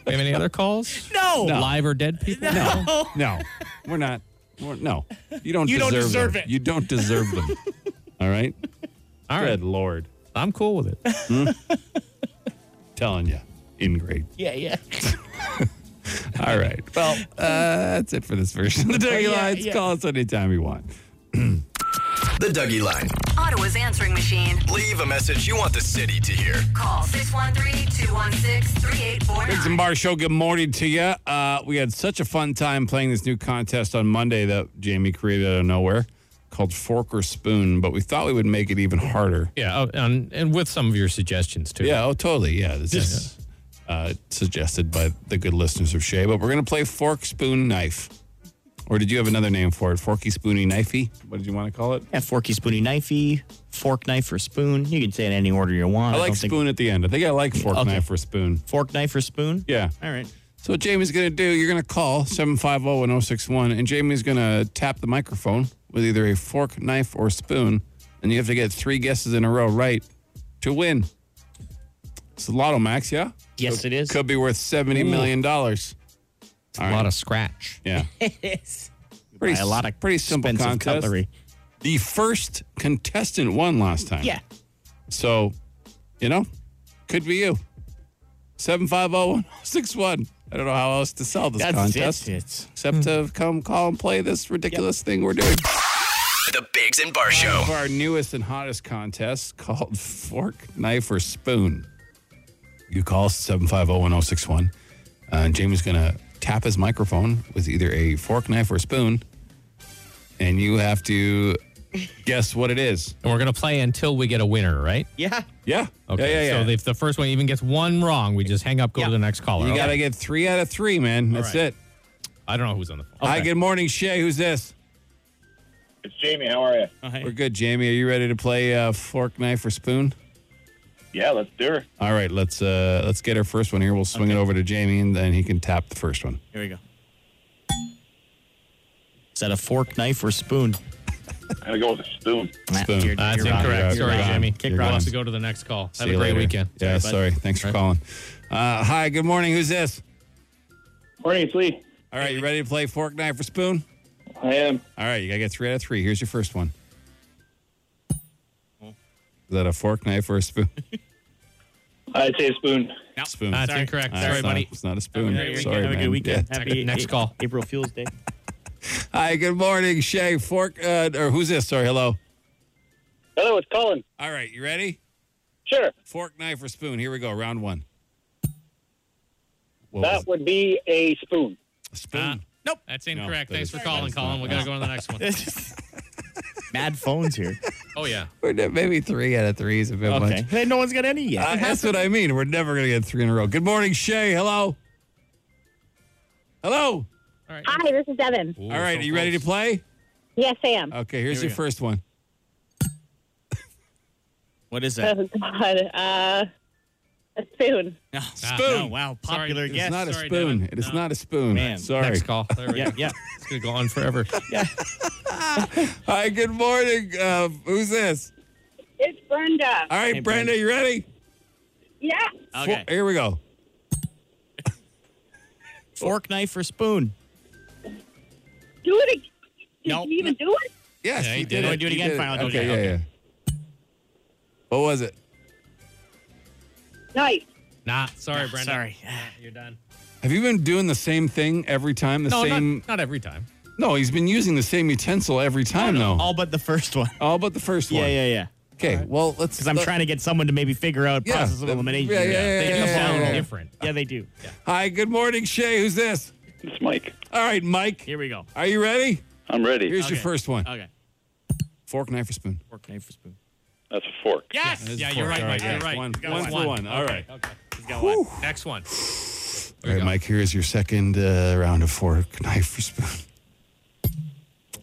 C: we have any other calls?
E: No.
C: Live or dead people?
E: No.
D: No, we're not. We're, no, you don't.
E: You
D: deserve
E: don't deserve
D: them.
E: it.
D: You don't deserve them. All right.
C: All right.
D: Good lord,
C: I'm cool with it.
D: telling you, ingrate.
E: Yeah, yeah.
D: All right. Well, uh, that's it for this version. of The Dougie
E: Yeah,
D: Lines.
E: yeah.
D: Call us anytime you want.
A: The Dougie Line.
B: Ottawa's answering machine.
A: Leave a message you want the city to hear.
B: Call 613-216-3849.
D: Biggs and Bar Show. Good morning to you. Uh, we had such a fun time playing this new contest on Monday that Jamie created out of nowhere, called Fork or Spoon. But we thought we would make it even harder.
C: Yeah. Oh, and, and with some of your suggestions too.
D: Yeah, oh, totally. Yeah, this is uh, suggested by the good listeners of Shea. But we're going to play fork, spoon, knife. Or did you have another name for it? Forky, spoony, knifey? What did you want to call it?
E: Yeah, forky, spoony, knifey, fork, knife, or spoon. You can say it any order you want.
D: I like
E: don't think-
D: spoon at the end. I think I like fork,
E: Okay.
D: knife, or spoon.
E: Fork, knife, or spoon?
D: Yeah.
E: All right.
D: So what Jamie's going to do, you're going to call 750-1061, and Jamie's going to tap the microphone with either a fork, knife, or spoon, and you have to get three guesses in a row right to win. It's a lotto, Max, yeah?
E: Yes, it is.
D: Could be worth $70 million. dollars.
C: A lot of scratch.
D: Yeah.
E: Yes.
D: pretty,
E: Buy a lot of
D: pretty simple
E: expensive
D: contest.
E: cutlery.
D: The first contestant won last time.
E: Yeah.
D: So, you know, could be you. 750-1061. I don't know how else to sell this
E: That's
D: contest
E: it. It's-
D: except to come call and play this ridiculous thing we're doing.
A: The Biggs and Bar Show.
D: For our newest and hottest contest called Fork, Knife, or Spoon. You call 750-1061. Uh, and Jamie's going to tap his microphone with either a fork, knife, or spoon. And you have to guess what it is.
C: And we're gonna play until we get a winner, right?
E: Yeah.
D: Yeah.
C: Okay.
D: Yeah, yeah, yeah.
C: So if the first one even gets one wrong, we just hang up, go
E: Yeah.
C: to the next caller.
D: you
C: Okay.
D: got to get three out of three, man. That's
C: right.
D: it.
C: I don't know who's on the phone.
D: Hi, good morning, Shay. Who's this?
G: It's Jamie. How are you?
E: All right.
D: We're good, Jamie. Are you ready to play uh, fork, knife, or spoon?
G: Yeah, let's do her.
D: All right, let's uh let's get our first one here. We'll swing it over to Jamie and then he can tap the first one.
E: Here we go. Is that a fork, knife, or spoon?
G: I'm gonna go with a spoon.
D: Spoon.
C: That's
E: You're wrong.
C: incorrect.
E: You're
C: Sorry,
E: wrong.
C: Jamie.
E: Kick
C: You're
E: rocks.
C: off to go to the next call.
D: See
C: Have a
D: you
C: great
D: later.
C: weekend.
D: Yeah,
C: bud.
D: sorry. Thanks for calling. Uh, hi, good morning. Who's this?
G: Morning, it's Lee.
D: All right, you ready to play fork, knife, or spoon?
G: I am.
D: All right, you gotta get three out of three. Here's your first one. Is that a fork, knife, or a spoon?
G: I'd say a spoon.
D: Spoon.
C: That's
E: Sorry.
C: incorrect.
D: Uh,
C: Sorry,
D: it's not-
C: buddy.
D: It's not a spoon.
E: Have a great weekend.
D: Sorry,
E: Have a
D: man.
E: good weekend.
D: Yeah.
E: Happy
C: Next
E: A-
C: call.
E: April Fool's Day.
D: Hi, good morning, Shay. Fork, uh, or who's this? Sorry, hello.
G: Hello, it's Colin.
D: All right, you ready?
G: Sure.
D: Fork, knife, or spoon. Here we go. Round one. What was
G: That
D: it?
G: would be a spoon.
D: Spoon.
C: Ah.
D: nope.
C: That's
D: No,
C: incorrect.
D: that
C: Thanks
D: is-
C: for
D: that
C: calling,
D: is
C: Colin.
D: not-
C: We got to go on the next one.
E: Mad phones here.
C: Oh, yeah.
D: We're ne- maybe three out of three is a bit
E: Okay.
D: much.
E: Hey, no one's got any yet.
D: Uh, that's what I mean. We're never going to get three in a row. Good morning, Shay. Hello. Hello.
C: All right.
I: Hi, this is Evan.
D: All right, are you ready to play?
I: Yes, I am.
E: Uh,
D: Okay, here's
E: Here we
D: your
E: go.
D: first one.
E: what is that?
I: Oh God, uh, a spoon.
E: No.
D: Spoon.
E: No, wow.
C: Sorry.
E: Popular
C: It's
E: guess.
D: it's not a
C: sorry,
D: spoon.
C: Devin.
D: It is
C: No.
D: not a spoon.
E: Man.
D: Sorry.
C: Next call. There we
E: Yeah,
C: go.
E: yeah.
C: It's going to go on forever.
D: Hi, good morning. Uh, who's this?
I: It's Brenda.
D: All right,
E: Hey,
D: Brenda,
E: Brenda.
D: you ready?
I: Yeah.
E: Okay.
D: Here we go.
E: Fork, knife, or spoon?
I: Do it. Ag- did
E: Nope.
I: you even do it?
D: Yes,
C: Yeah, he
D: you
C: did
D: did
C: it.
D: it.
E: Do it
D: You
E: again,
D: did
E: fine, I'll do it
D: Okay,
E: again.
D: yeah, yeah. What was it?
I: Nice.
C: Nah. Sorry, Brenda.
E: Sorry.
C: You're done.
D: Have you been doing the same thing every time? The
C: No,
D: same?
C: not, not every time.
D: No, he's been using the same utensil every time though.
E: All but the first one.
D: All but the first
E: Yeah,
D: one.
E: yeah, yeah.
D: Okay, well let's.
E: Because I'm trying to get someone to maybe figure out
D: Yeah.
E: process of elimination.
D: Yeah, yeah, yeah,
E: They
D: yeah,
E: do
D: yeah,
E: sound
D: yeah.
E: different. Yeah, they do.
D: Hi, good morning, Shay. Who's this?
G: It's Mike.
D: All right, Mike.
E: Here we go.
D: Are you ready?
G: I'm ready.
D: Here's your
E: Okay.
D: first one.
E: Okay.
D: Fork, knife, or spoon.
E: Fork, knife, or spoon.
G: That's a fork.
C: Yes.
D: This
C: Yeah,
D: is
C: you're
D: fork.
C: right,
D: All
C: Mike. You're
D: yeah.
C: right.
D: One,
C: He's got
D: one for one. All right.
C: Okay. He's got one. Next one.
D: All right, Mike. Here's your second uh, round of fork, knife, or spoon.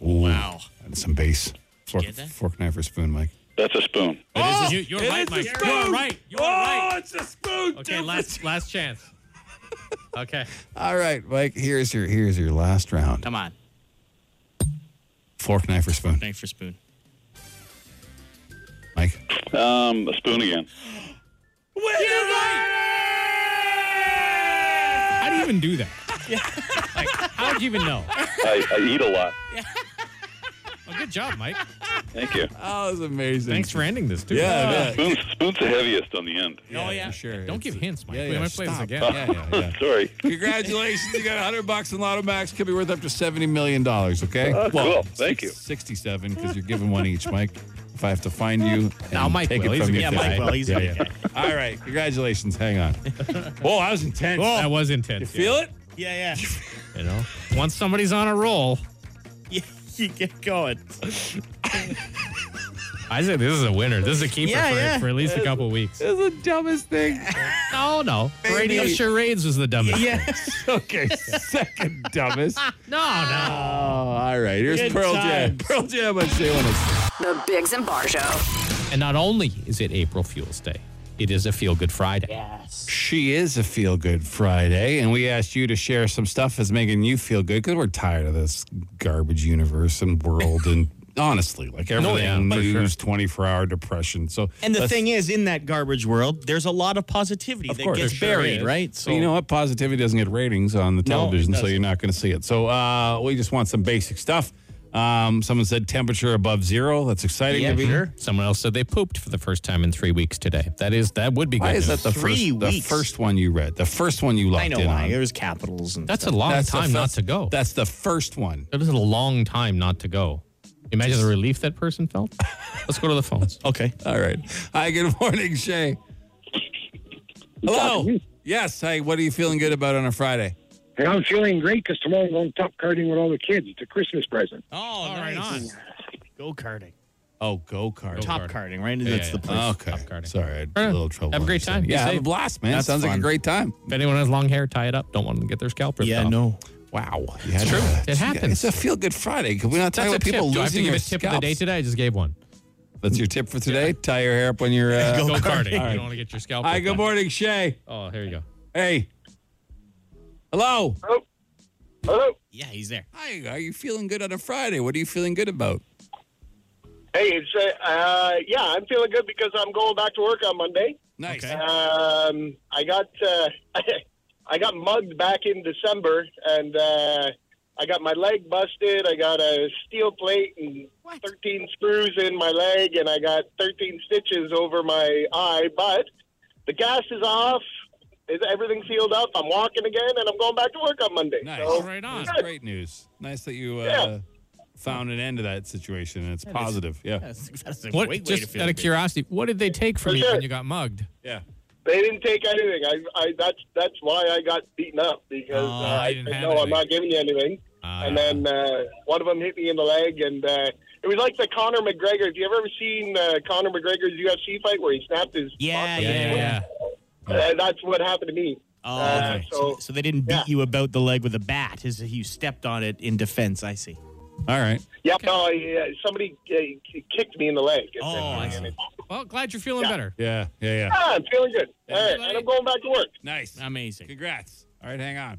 D: Ooh, wow. And some bass. Fork,
E: get that?
D: fork, knife, or spoon, Mike.
G: That's a spoon.
C: Oh, you, you're
D: it
C: right,
D: is a
C: Mike.
D: spoon.
C: You're right. You're right.
D: it's a spoon.
C: Okay, last last chance. Okay.
D: All right, Mike. Here's your here's your last round.
E: Come on.
D: Fork, knife, or spoon,
E: Knife or spoon.
D: Mike.
G: Um, a spoon again.
C: How do you even do that? Like, how would you even know?
G: I, I eat a lot.
C: Well, good job, Mike.
G: Thank you.
D: Oh, that was amazing.
C: Thanks for ending this, too.
D: Yeah, yeah.
G: Spoon's, spoon's the heaviest on the end.
C: Oh, yeah.
D: for sure.
C: Don't
D: It's-
C: give hints, Mike.
D: Yeah,
C: We
D: yeah,
C: might play this
D: stop.
C: again.
D: Yeah, yeah, yeah.
G: Sorry.
D: Congratulations. you got 100 bucks in Lotto Max. Could be worth up to $70 million, okay?
G: Oh, cool. Thank you.
D: 67 because you're giving one each, Mike. If I have to find you and
C: No, Mike
D: take
C: will.
D: it
C: He's a
D: from you.
C: good
E: Yeah,
D: today.
E: Mike will. He's a
D: yeah,
E: good
D: yeah. All right. Congratulations. Hang on. Whoa, I was intense.
C: That was intense. yeah.
D: Feel it?
E: Yeah, yeah.
C: You know, once somebody's on a roll,
E: yeah you get going.
C: I say this is a winner. This is a keeper
E: Yeah,
C: for,
E: yeah.
C: for at least a couple weeks.
D: This is the dumbest thing.
C: No, no.
D: Maybe.
C: Radio charades was the dumbest.
E: Yeah.
D: okay. Second dumbest.
C: No, no.
D: Oh, all right. Here's
E: Good
D: Pearl Jam.
E: times.
D: Pearl Jam on oh Jay Leno's.
B: The Bigs and Bar Show.
C: And not only is it April Fool's Day, it is a Feel Good Friday.
D: She is a feel good Friday, and we asked you to share some stuff that's making you feel good because we're tired of this garbage universe and world, and honestly, like everything
C: for sure.
D: news, twenty four hour depression. So,
E: And the
D: let's-
E: thing is, in that garbage world, there's a lot of positivity
D: Of
E: that
D: course,
E: gets
D: there
C: sure
E: buried,
C: is.
E: right?
D: so you know what, positivity doesn't get ratings on the
E: No, it
D: television, so
E: doesn't.
D: you're not going to see it. So, uh, we just want some basic stuff. Um, someone said temperature above zero. That's exciting
E: Yeah,
D: to be.
E: sure.
C: Someone else said they pooped for the first time in three weeks today. That is, that would be good.
D: Why is
C: news.
D: that the
E: Three
D: first the
E: weeks.
D: first one you read? The first one you locked
E: I know
D: in
E: why.
D: on.
E: There's capitals and
C: um, That's a
E: stuff.
C: long
D: That's the
C: time not
D: first-
C: to go.
D: That's the first one.
C: That is a long time not to go. Imagine the relief that person felt. Let's go to the phones.
E: okay.
D: All right. Hi, good morning, Shay. Hello. Yes. Hey, what are you feeling good about on a Friday?
L: And I'm feeling great because tomorrow I'm going top karting with all the kids. It's a Christmas present.
E: Oh, all right.
C: nice.
E: Go karting,
D: Oh, go kart.
E: top
C: karting.
E: karting, right?
C: Yeah,
E: That's
C: yeah, Oh,
E: the
C: yeah.
E: place.
D: okay.
C: Top karting.
D: Sorry, I had
C: Right
D: a
C: on.
D: little trouble.
C: Have a great time.
D: understanding.
C: Be
D: Yeah, have
C: safe.
D: a blast, man.
E: That's
D: Sounds like a
E: fun.
D: great time.
C: If anyone has long hair, tie it up. Don't want them to get their scalp ripped off.
E: no.
D: Wow. Yeah, it's
C: true. It
D: It's
C: happens.
D: a feel good Friday. Can we not talk
C: That's a
D: about people
C: tip. Do I have to
D: losing
C: give
D: their
C: a tip of the day
D: scalps?
C: today? I just gave one.
D: That's your tip for today. Tie your hair up when you're uh,
C: go karting.
D: All
C: You
D: right.
C: don't want to get your scalp.
D: Hi, good morning, Shay.
C: Oh, here you go.
D: Hey. Hello.
G: Hello. Hello.
E: Yeah, he's there.
D: Hi. Are you feeling good on a Friday? What are you feeling good about?
G: Hey, it's uh, uh, yeah, I'm feeling good because I'm going back to work on Monday.
D: Nice.
G: Um, I got uh, I got mugged back in December, and uh, I got my leg busted. I got a steel plate and 13 screws in my leg, and I got 13 stitches over my eye. But the gas is off. Is everything sealed up? I'm walking again, and I'm going back to work on Monday.
D: Nice.
G: So,
D: right
G: on.
D: great news. Nice that you uh,
G: Yeah.
D: found an end to that situation, and it's positive. yeah.
E: That's a
C: What,
E: great way to
C: just
E: feel
C: out of
E: good.
C: curiosity, what did they take from
G: For
C: you
G: sure.
C: when you got mugged?
D: Yeah.
G: They didn't take anything. I, I that's that's why I got beaten up because
C: Oh,
G: uh, I
C: they didn't
G: said,
C: have
G: no, I'm not giving you anything. and then uh, one of them hit me in the leg, and uh, it was like the Conor McGregor. Have you ever seen uh, Conor McGregor's UFC fight where he snapped his?
E: Yeah,
G: boxing
E: yeah,
G: foot?
E: yeah.
G: Uh, that's what happened to me.
E: Oh,
G: Uh,
E: okay. so,
G: so
E: so they didn't beat you about the leg with a bat. Is you stepped on it in defense? I see.
D: Uh, All right.
G: yeah, no, I, uh, somebody uh, k- kicked me in the leg.
E: Oh, I see.
C: Well, glad you're feeling better.
D: Yeah. Yeah. Yeah.
G: Ah, I'm feeling good. All right, and I'm going back to work.
D: Nice.
E: Amazing.
D: Congrats. All right, hang on.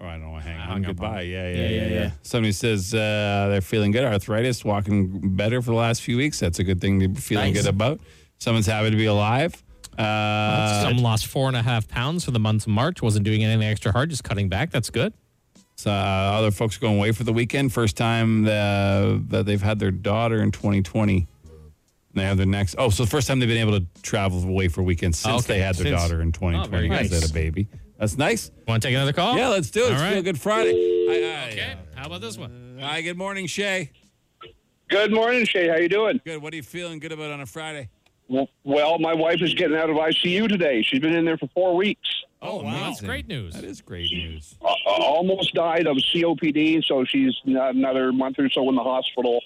D: Oh, I don't want to hang
C: hung
D: on.
C: up on
D: Goodbye.
C: it.
D: Yeah yeah,
C: Yeah,
D: yeah,
C: yeah,
D: yeah,
C: yeah.
D: Somebody says uh, they're feeling good. Arthritis, walking better for the last few weeks. That's a good thing to be feeling
E: Nice.
D: good about. Someone's happy to be alive. Uh,
C: Some lost four and a half pounds for the month of March. Wasn't doing anything extra hard, just cutting back. That's good.
D: so, uh, other folks are going away for the weekend. First time the, that they've had their daughter in 2020. And they have their next. Oh, so the first time they've been able to travel away for weekends since
C: Okay,
D: they had their
C: since- Oh,
D: daughter in 2020.
C: very
D: because they
C: nice.
D: had a baby. That's nice.
C: Want to take another call?
D: Yeah, let's do it.
C: All
D: Let's
C: right.
D: Feel Good Friday. Hi, hi.
C: Okay. How about this one?
D: Hi, good morning, Shay.
L: Good morning, Shay. How you doing?
D: Good. What are you feeling good about on a Friday?
L: Well, my wife is getting out of ICU today. She's been in there for four weeks.
D: Oh, wow.
C: That's great news.
D: That is great news.
L: Uh, almost died of COPD, so she's another month or so in the hospital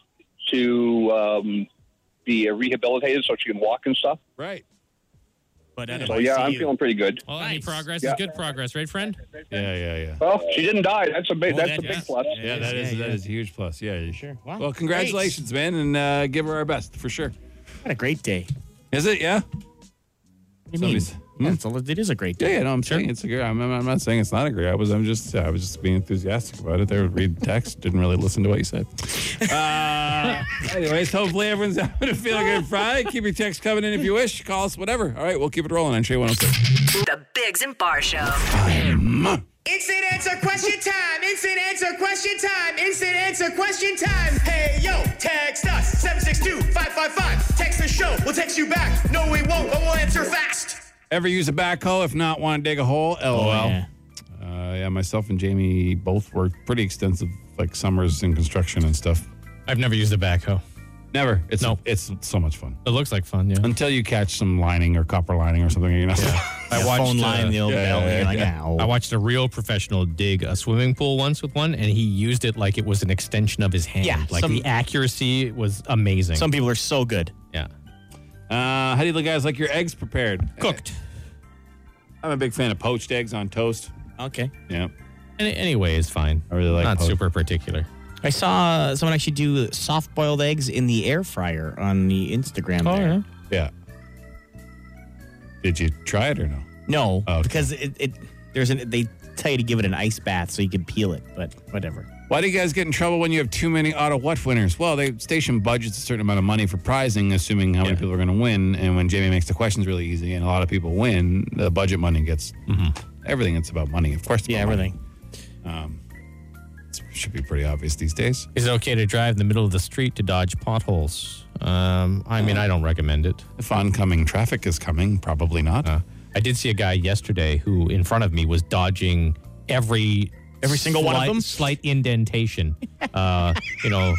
L: to um, be uh, rehabilitated so she can walk and stuff.
D: Right.
E: But out of
L: So yeah, I'm
E: ICU.
L: feeling pretty good.
C: Well, any
E: Nice.
C: progress
L: Yeah.
C: is good progress, right, friend?
D: Yeah, yeah, yeah.
L: Well, she didn't die. That's a big.
E: Well,
L: that's a
E: that-
L: big
E: yeah.
L: plus.
D: Yeah, that is that is a huge plus. Yeah, yeah.
E: Sure. Wow.
D: Well, congratulations, man, and uh, give her our best for sure.
E: What a great day.
D: Is it? Yeah.
E: What do you mean?
D: Somebody's-
E: Yeah, it's a, it is a great
D: Yeah,
E: day.
D: yeah. No, I'm saying it's a great. I'm, I'm- I'm not saying it's not a great. I was. I'm just. I was just being enthusiastic about it. There, read the text. Didn't really listen to what you said. Uh, anyways, hopefully everyone's having a feel good Friday. Keep your texts coming in if you wish. Call us, whatever. All right, we'll keep it rolling on oh Trey 106.
B: The Bigs and Bar Show.
F: Instant answer question time. Instant answer question time. Instant answer question time. Hey, yo, text us 762 555. Text the show. We'll text you back. No, we won't, but we'll answer fast.
D: Ever use a backhoe? If not, want to dig a hole? LOL.
E: Oh, yeah.
D: Uh, yeah, myself and Jamie both worked pretty extensive, like summers in construction and stuff.
C: I've never used a backhoe.
D: Never. It's no. It's so much fun
C: It looks like fun, yeah.
D: until you catch some lining or copper lining or something. You know.
E: I watched uh, phone line, the old
D: yeah,
E: bell.
D: yeah,
E: you're like,
D: yeah.
E: ow.
C: I watched a real professional dig a swimming pool once with one, and he used it like it was an extension of his hand.
E: Yeah,
C: like
E: some-
C: the accuracy was amazing.
E: Some people are so good.
C: yeah,
D: uh, how do you guys like your eggs prepared?
C: cooked.
D: I'm a big fan of poached eggs on toast.
E: Okay.
D: Yeah.
C: Any, anyway, it's fine.
D: I really like
C: Not
D: poached.
C: super particular.
E: I saw uh, someone actually do soft boiled eggs in the air fryer on the Instagram there.
D: Oh, Yeah. Did you try it or no?
E: No,
D: Oh, okay.
E: because it, it there's an they tell you to give it an ice bath so you can peel it, but whatever.
D: Why do you guys get in trouble when you have too many auto what winners? Well, they station budgets a certain amount of money for prizing, assuming how many
C: Yeah.
D: people are going to win. And when Jamie makes the questions really easy and a lot of people win, the budget money gets everything. It's about money, of course. it's
E: Yeah,
D: about
E: everything.
D: money. It should be pretty obvious these days.
C: Is it okay to drive in the middle of the street to dodge potholes? Um, I
E: Uh,
C: mean, I don't recommend it.
D: If oncoming traffic is coming, probably not.
C: Uh, I did see a guy yesterday who, in front of me, was dodging every
E: Every single one of
C: slight-
E: them?
C: slight indentation. uh, you know,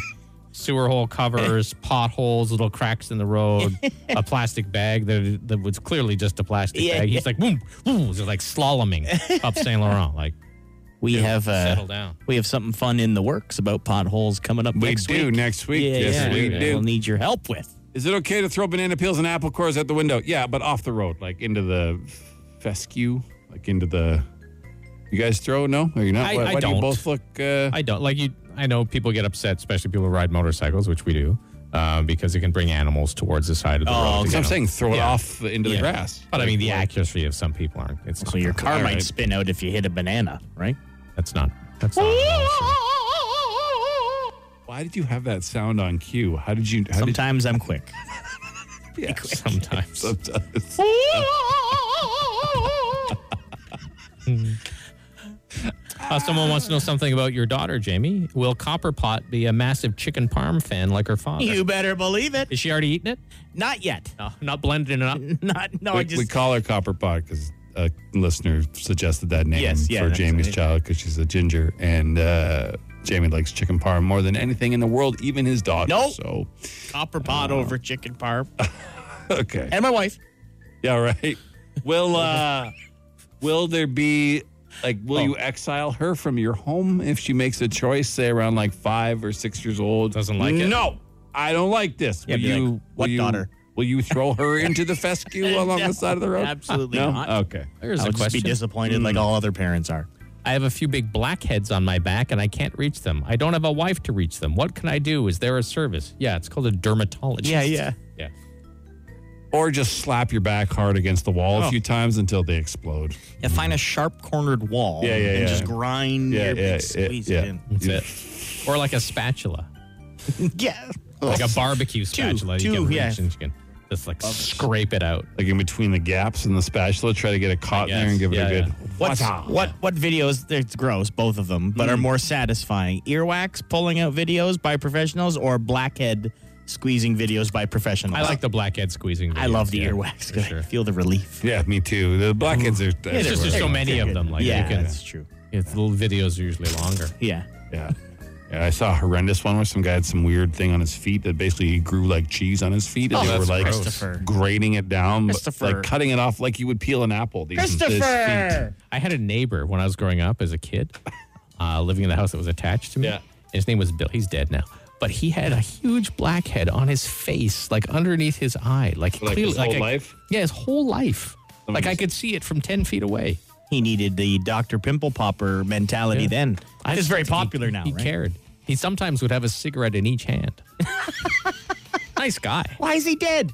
C: sewer hole covers, potholes, little cracks in the road, a plastic bag that, that was clearly just a plastic
E: Yeah,
C: bag.
E: yeah.
C: He's like, boom, boom, just like slaloming up Saint Laurent. Like,
E: We have
C: settle
E: uh,
C: down.
E: we have something fun in the works about potholes coming up
D: we
E: next
D: do
E: week.
D: next week.
E: yeah,
D: yes,
E: yeah.
D: we do.
E: We'll need your help with.
D: Is it okay to throw banana peels and apple cores out the window? Yeah, but off the road, like into the fescue, like into the. You guys throw? No, or you not?
C: I-
D: why
C: I
D: why do
C: don't.
D: you both look? Uh,
C: I don't like you. I know people get upset, especially people who ride motorcycles, which we do. uh, because it can bring animals towards the side of the
D: Oh,
C: road. to
D: okay. So I'm
C: get 'em.
D: saying throw it off into the grass.
C: But I mean, the accuracy of some people aren't. It's
E: So your car might spin out if you hit a banana, right?
C: That's not. That's
D: Why did you have that sound on cue? How did you? How
E: sometimes I'm quick.
D: yeah,
C: sometimes.
D: sometimes.
E: Oh,
C: Uh, someone wants to know something about your daughter, Jamie. Will Copperpot be a massive chicken parm fan like her father?
E: You better believe it.
C: Is she already eating it?
E: Not yet.
C: No, not blending it up.
E: Not no.
D: we,
E: I just
D: we call her Copperpot because a listener suggested that name
E: Yes, yeah,
D: for
E: that's
D: Jamie's
E: right.
D: child because she's a ginger, and uh, Jamie likes chicken parm more than anything in the world, even his dog.
E: Nope.
D: So
E: copper pot
D: Oh.
E: over chicken parm.
D: okay,
E: and my wife.
D: yeah, right. Will uh, will there be like will
E: Oh.
D: you exile her from your home if she makes a choice, say around like five or six years old?
C: Doesn't like it.
D: No, I don't like this.
E: Yeah,
D: will
E: be like,
D: you?
E: "What
D: will you,
E: daughter?"
D: Will you throw her into the fescue along
E: No,
D: the side of the road?
E: absolutely
D: no? Oh. Hmm.
E: not.
D: Okay.
C: There's
E: I'll
C: a
E: just
C: question.
E: be disappointed like all other parents are.
C: I have a few big blackheads on my back and I can't reach them. I don't have a wife to reach them. What can I do? Is there a service? Yeah, it's called a dermatologist.
E: Yeah, yeah.
C: Yeah.
D: Or just slap your back hard against the wall
E: Oh.
D: a few times until they explode.
E: Yeah, find a sharp cornered wall.
D: Yeah, yeah,
E: and
D: yeah.
E: just grind
D: Yeah,
E: your
D: yeah, yeah,
E: big squeeze
D: yeah.
E: it in.
C: That's it. Or like a spatula,
E: Yeah.
C: like a barbecue spatula. you
E: two,
C: can reach
E: yeah.
C: and you can just like scrape it out.
D: Like in between the gaps in the spatula, try to get it caught in there
C: guess.
D: and give it
C: Yeah,
D: a good.
C: yeah.
E: What's, what what videos? It's gross, both of them,
D: Hmm.
E: but are more satisfying: earwax pulling out videos by professionals or blackhead squeezing videos by professionals.
C: I like the blackhead squeezing.
E: I love
C: videos,
E: the
C: yeah,
E: earwax.
C: for
E: 'cause I
C: sure.
E: feel the relief.
D: Yeah, me too. The blackheads are.
E: Yeah,
C: It's just
E: they're
C: there's so
E: good.
C: many
E: They're
C: of them.
E: good.
C: Like you
E: yeah,
C: can-
E: that's true.
C: It's little videos are usually longer.
E: Yeah,
D: Yeah. Yeah, I saw a horrendous one where some guy had some weird thing on his feet that basically he grew like cheese on his feet, and
E: Oh,
D: they were
E: that's
D: like
E: Christopher.
D: grating it down, but,
E: Christopher.
D: like cutting it off like you would peel an apple. These his feet.
C: I had a neighbor when I was growing up as a kid, uh, living in the house that was attached to me.
D: Yeah.
C: His name was Bill. He's dead now. But he had a huge blackhead on his face, like underneath his eye. Like,
D: Like
C: clearly,
D: his whole
C: I-
D: life?
C: Yeah, his whole life.
D: Someone
C: like I
D: just-
C: could see it from 10 feet away.
E: He needed the Dr. Pimple Popper mentality
C: Yeah.
E: then.
C: I
E: It's
C: just
E: very
C: think
E: popular
C: he,
E: now,
C: He
E: right?
C: cared. He sometimes would have a cigarette in each hand. nice guy.
E: Why is he dead?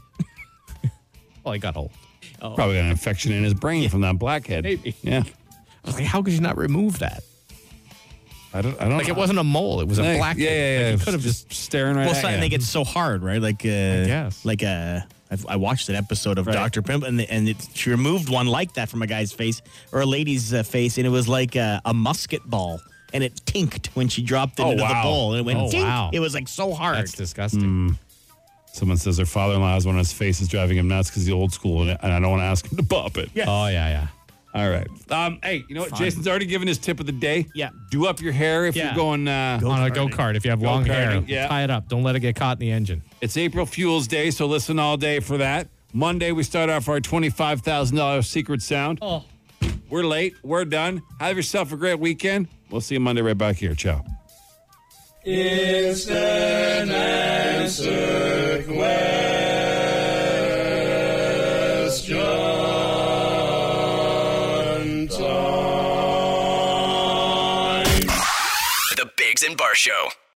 C: Well, he got old.
D: Probably got an infection in his brain from that blackhead.
C: Maybe.
D: Yeah.
C: I was like, how could you not remove that?
D: I don't. I don't.
C: Like it wasn't a mole. It was a
D: Yeah,
C: blackhead.
D: Yeah, yeah, yeah.
C: Like, he could have just
D: just staring right
E: Well,
D: at
E: so,
D: you.
E: and they get so hard, right? Like, uh,
C: guess.
E: like uh, I've, I watched an episode of Doctor Pimple, and, the, and it, she removed one like that from a guy's face or a lady's uh, face, and it was like uh, a musket ball, and it tinked when she dropped it
D: Oh,
E: into
D: wow.
E: the bowl, and it went.
C: Oh,
E: tink.
C: wow.
E: It was like so hard.
C: That's disgusting.
D: Someone says their father in law has one on his face is driving him nuts because he's old school and and I don't want to ask him to pop it.
E: Yeah.
C: Oh yeah, yeah.
D: All right. Um, hey, you know what? Jason's already given his tip of the day.
E: Yeah.
D: Do up your hair if
C: Yeah.
D: you're going. Uh,
C: on a go kart. If you have long hair,
D: Go-karting, yeah.
C: tie it up. Don't let it get caught in the engine.
D: It's April Fuels Day, so listen all day for that. Monday, we start off our $25,000 secret sound.
C: Oh.
D: We're late. We're done. Have yourself a great weekend. We'll see you Monday right back here. Ciao.
A: The Bigs and Bar Show.